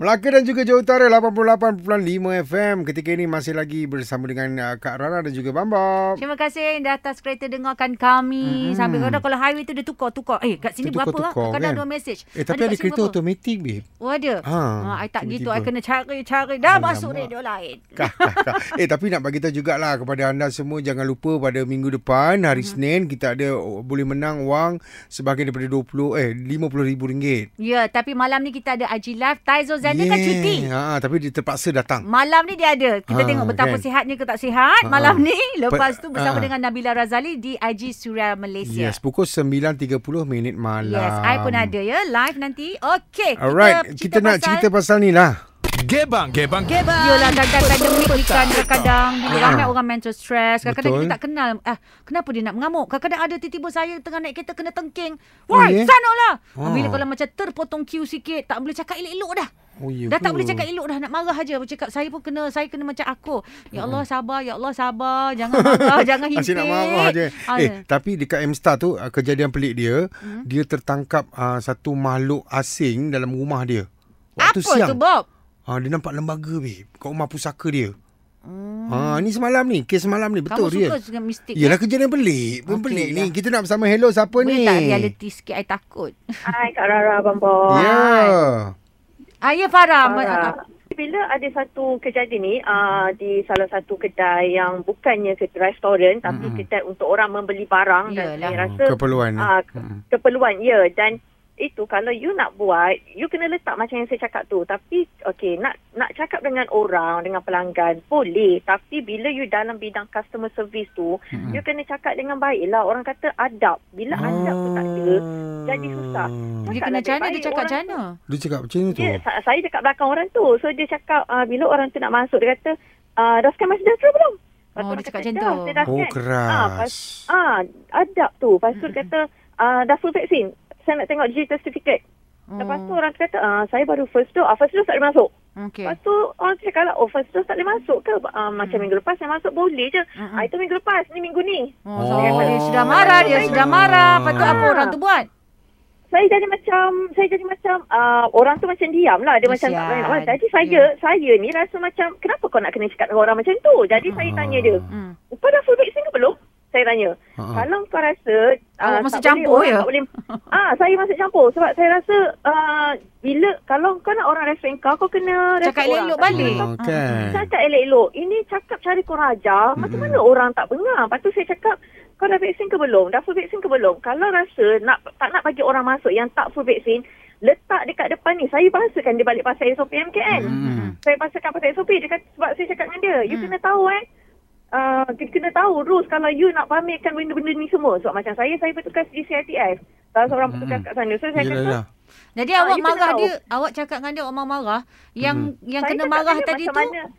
Melaka dan juga Johor Utara 88.5 FM ketika ini masih lagi bersama dengan uh, Kak Rara dan juga Bambam. Terima kasih dah atas kereta dengarkan kami. Mm-mm. Mm-hmm. Sampai kadang kalau highway tu dia tukar-tukar. Eh kat sini Dia berapa lah? tukar-tukar, Kadang-kadang kan? dua message. Eh Mana tapi ada kat sini kereta berapa? automatik babe. Oh ada. Ha, Ha, ha I tak gitu. tiba-tiba. I kena cari-cari. Dah Alamak. masuk radio lain. Kah, kah, kah. Eh tapi nak bagi tahu jugalah kepada anda semua jangan lupa pada minggu depan Mhm. hari mm-hmm. Senin kita ada oh, boleh menang wang sebahagian daripada 20 eh RM50,000. Ya, tapi malam ni kita ada Haji Live. Taizo Zander yeah. kan cuti. Ha, tapi dia terpaksa datang. Malam ni dia ada. Kita Ha, ha, tengok betapa kan. kan. sihatnya ke tak sihat. Ha, Malam ha. ni. Lepas Pa- tu bersama ha. dengan Nabila Razali di IG Suria Malaysia. Yes, pukul 9.30 minit malam. Yes, I pun ada ya. Live nanti. Okey. Alright, kita, kita nak pasal- cerita pasal ni lah. Gebang, gebang, gebang. Yelah kadang-kadang ni kan kadang-kadang bila Ah. ramai orang mental stress kadang-kadang Betul. kita tak kenal ah kenapa dia nak mengamuk kadang-kadang ada tiba-tiba saya tengah naik kereta kena tengking Oh, woi ya? sana lah Ah. bila kalau macam terpotong queue sikit tak boleh cakap elok-elok dah Oh, ya Dah tak ke? boleh cakap elok dah Nak marah aja Bercakap saya pun kena Saya kena macam aku Ya Allah sabar Ya Allah sabar Jangan marah Jangan Asyik himpit Hmm. nak marah je. Ah, Eh, tapi dekat M-Star tu, ah, kejadian pelik dia, hmm? dia tertangkap uh, satu makhluk asing dalam rumah dia. Apa Waktu siang. tu Bob Ah, dia nampak lembaga, babe. Kat rumah pusaka dia. Hmm. Ah, ni semalam ni. Kes semalam ni. Betul Kamu dia. Ya suka dengan mistik Yelah kejadian pelik. Okay, Okey, pelik ni. dah. Kita nak bersama hello siapa ni? Boleh tak reality sikit I takut Hai Kak Rara Abang Bob. Ya. kan? Ayah Ah, ya, Farah Rara. Bila ada satu kejadian ni uh, di salah satu kedai yang bukannya ke restoran tapi Mm-mm. kedai untuk orang membeli barang Yalah. dan saya Hmm, rasa Keperluan. ah, ke- hmm. keperluan ya dan itu kalau you nak buat you kena letak macam yang saya cakap tu tapi okey nak nak cakap dengan orang dengan pelanggan boleh tapi bila you dalam bidang customer service tu Mm-mm. mm-hmm. you kena cakap dengan baiklah orang kata adab bila adab tu tak Ah. ada Oh. jadi susah. Dia Cakap kena lah macam mana Dia baik-baik cakap orang macam tu. mana Dia cakap macam ni tu. Oh, Dia, sa- saya dekat belakang orang tu. So dia cakap uh, bila orang tu nak masuk dia kata uh, dah scan masa dentro belum? Oh, Lepas tu dia orang cakap kata, macam "Dah, tu. Saya dah Oh, scan. Ah, keras. pas- ah, adab tu. Lepas tu dia kata uh, dah full vaksin. Saya nak tengok digital certificate. Lepas Mm. tu orang tu kata ah, saya baru first dose. Ah, first dose tak boleh masuk. Okay. Lepas tu orang tu cakap lah oh first dose tak boleh masuk ke? Ah, macam minggu lepas saya masuk boleh je. Mm-mm. Ah, itu minggu lepas. Ni minggu ni. Oh, Oh. oh. Dia sudah marah, dia sudah marah. Lepas tu apa Ah. orang tu buat? saya jadi macam saya jadi macam uh, orang tu macam diam lah dia macam tak Kesian. banyak orang. jadi saya Ya. saya ni rasa macam kenapa kau nak kena cakap dengan orang macam tu jadi saya Ah. tanya dia Hmm. kau dah full vaksin ke belum saya tanya Ah. kalau kau rasa ah, Awak tak masuk boleh, campur orang ya? tak boleh ah saya masuk campur sebab saya rasa uh, bila kalau kau nak orang refer kau kau kena Cakap refer orang. elok Tak balik. Ah, kan. Cakap elok-elok. Ini cakap cara kurang ajar. Macam Mm-mm. mana orang tak dengar? Lepas tu saya cakap, kau dah vaksin ke belum? Dah full vaksin ke belum? Kalau rasa nak tak nak bagi orang masuk yang tak full vaksin, letak dekat depan ni. Saya bahasakan dia balik pasal SOP MKN. Hmm. Saya bahasakan pasal SOP. Dia kata, sebab saya cakap dengan dia, you Mm. kena tahu eh. Uh, kita kena tahu rules kalau you nak pamerkan benda-benda ni semua. Sebab macam saya, saya petugas di CITF. Salah seorang petugas Mm. kat sana. So, saya Yelah, kata, yelah. Jadi Ah, awak you kena marah tahu. dia, awak cakap dengan dia awak mau marah. Yang yang saya kena cakap marah dengan dia tadi macam tu, mana?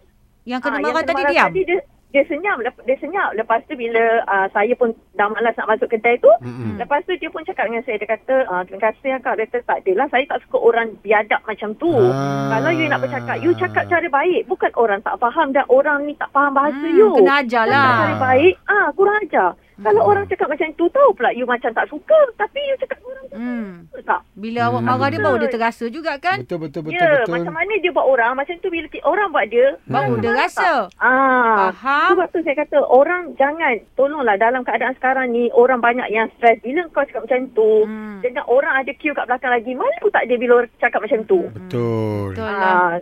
yang kena Ah, marah yang tadi diam. Tadi dia, dia senyap, Lep- dia senyap. Lepas tu bila uh, saya pun dah malas nak masuk kedai tu, Mm-mm. Hmm. lepas tu dia pun cakap dengan saya, dia kata, ah, terima kasih lah kak. Dia kata, tak adalah, saya tak suka orang biadab macam tu. Ah. Kalau you nak bercakap, you cakap cara baik. Bukan orang tak faham dan orang ni tak faham bahasa Hmm, you. kena ajar Kalau lah. Hmm. Cara baik, ah kurang ajar. Kalau orang cakap macam tu, tahu pula you macam tak suka. Tapi you cakap orang tak Hmm. suka tak? Bila awak Hmm. marah dia baru dia terasa juga kan? Betul betul betul ya, betul. Mm. macam mana dia buat orang, macam tu bila ti- orang buat dia. Baru orang dia marah tak? rasa. Ah, Faham? Sebab tu saya kata orang jangan tolonglah dalam keadaan sekarang ni orang banyak yang stres bila kau cakap macam tu Hmm. hmm. dan orang ada queue kat belakang lagi malu tak dia bila orang cakap macam tu. Betul. Betul Ah,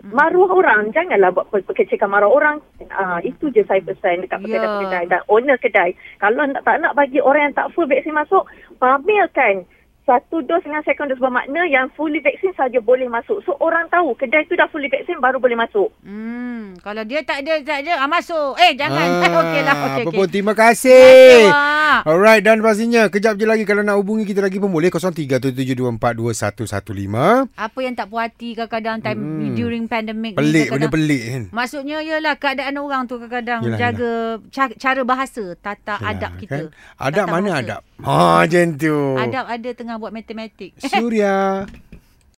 lah. Hmm. maruah orang janganlah buat pe- pekecekan marah orang. Ah, itu je saya pesan dekat Ya. kedai-kedai dan owner kedai. Kalau nak, tak nak bagi orang yang tak full vaksin masuk, pamerkan satu dos dengan second dos bermakna yang fully vaksin saja boleh masuk. So orang tahu kedai tu dah fully vaksin baru boleh masuk. Hmm. Kalau dia tak ada tak ada, ah, masuk. Eh jangan. Okeylah, okey lah. Apa okey. pun Ah, Eh! terima Okey, kasih. Wak. Alright dan pastinya kejap je lagi kalau nak hubungi kita lagi pun boleh 0377242115. Apa yang tak puas hati kadang-kadang time Hmm. during pandemic ni Pelik kadang-kadang benda pelik kan. Maksudnya ialah keadaan orang tu kadang-kadang Yelah, yelah, jaga yelah. cara bahasa, Yalah, tata yelah, adab kita. Kan? Adab Tak mana tahu adab? Ha macam tu. Adab ada tengah buat matematik. Surya.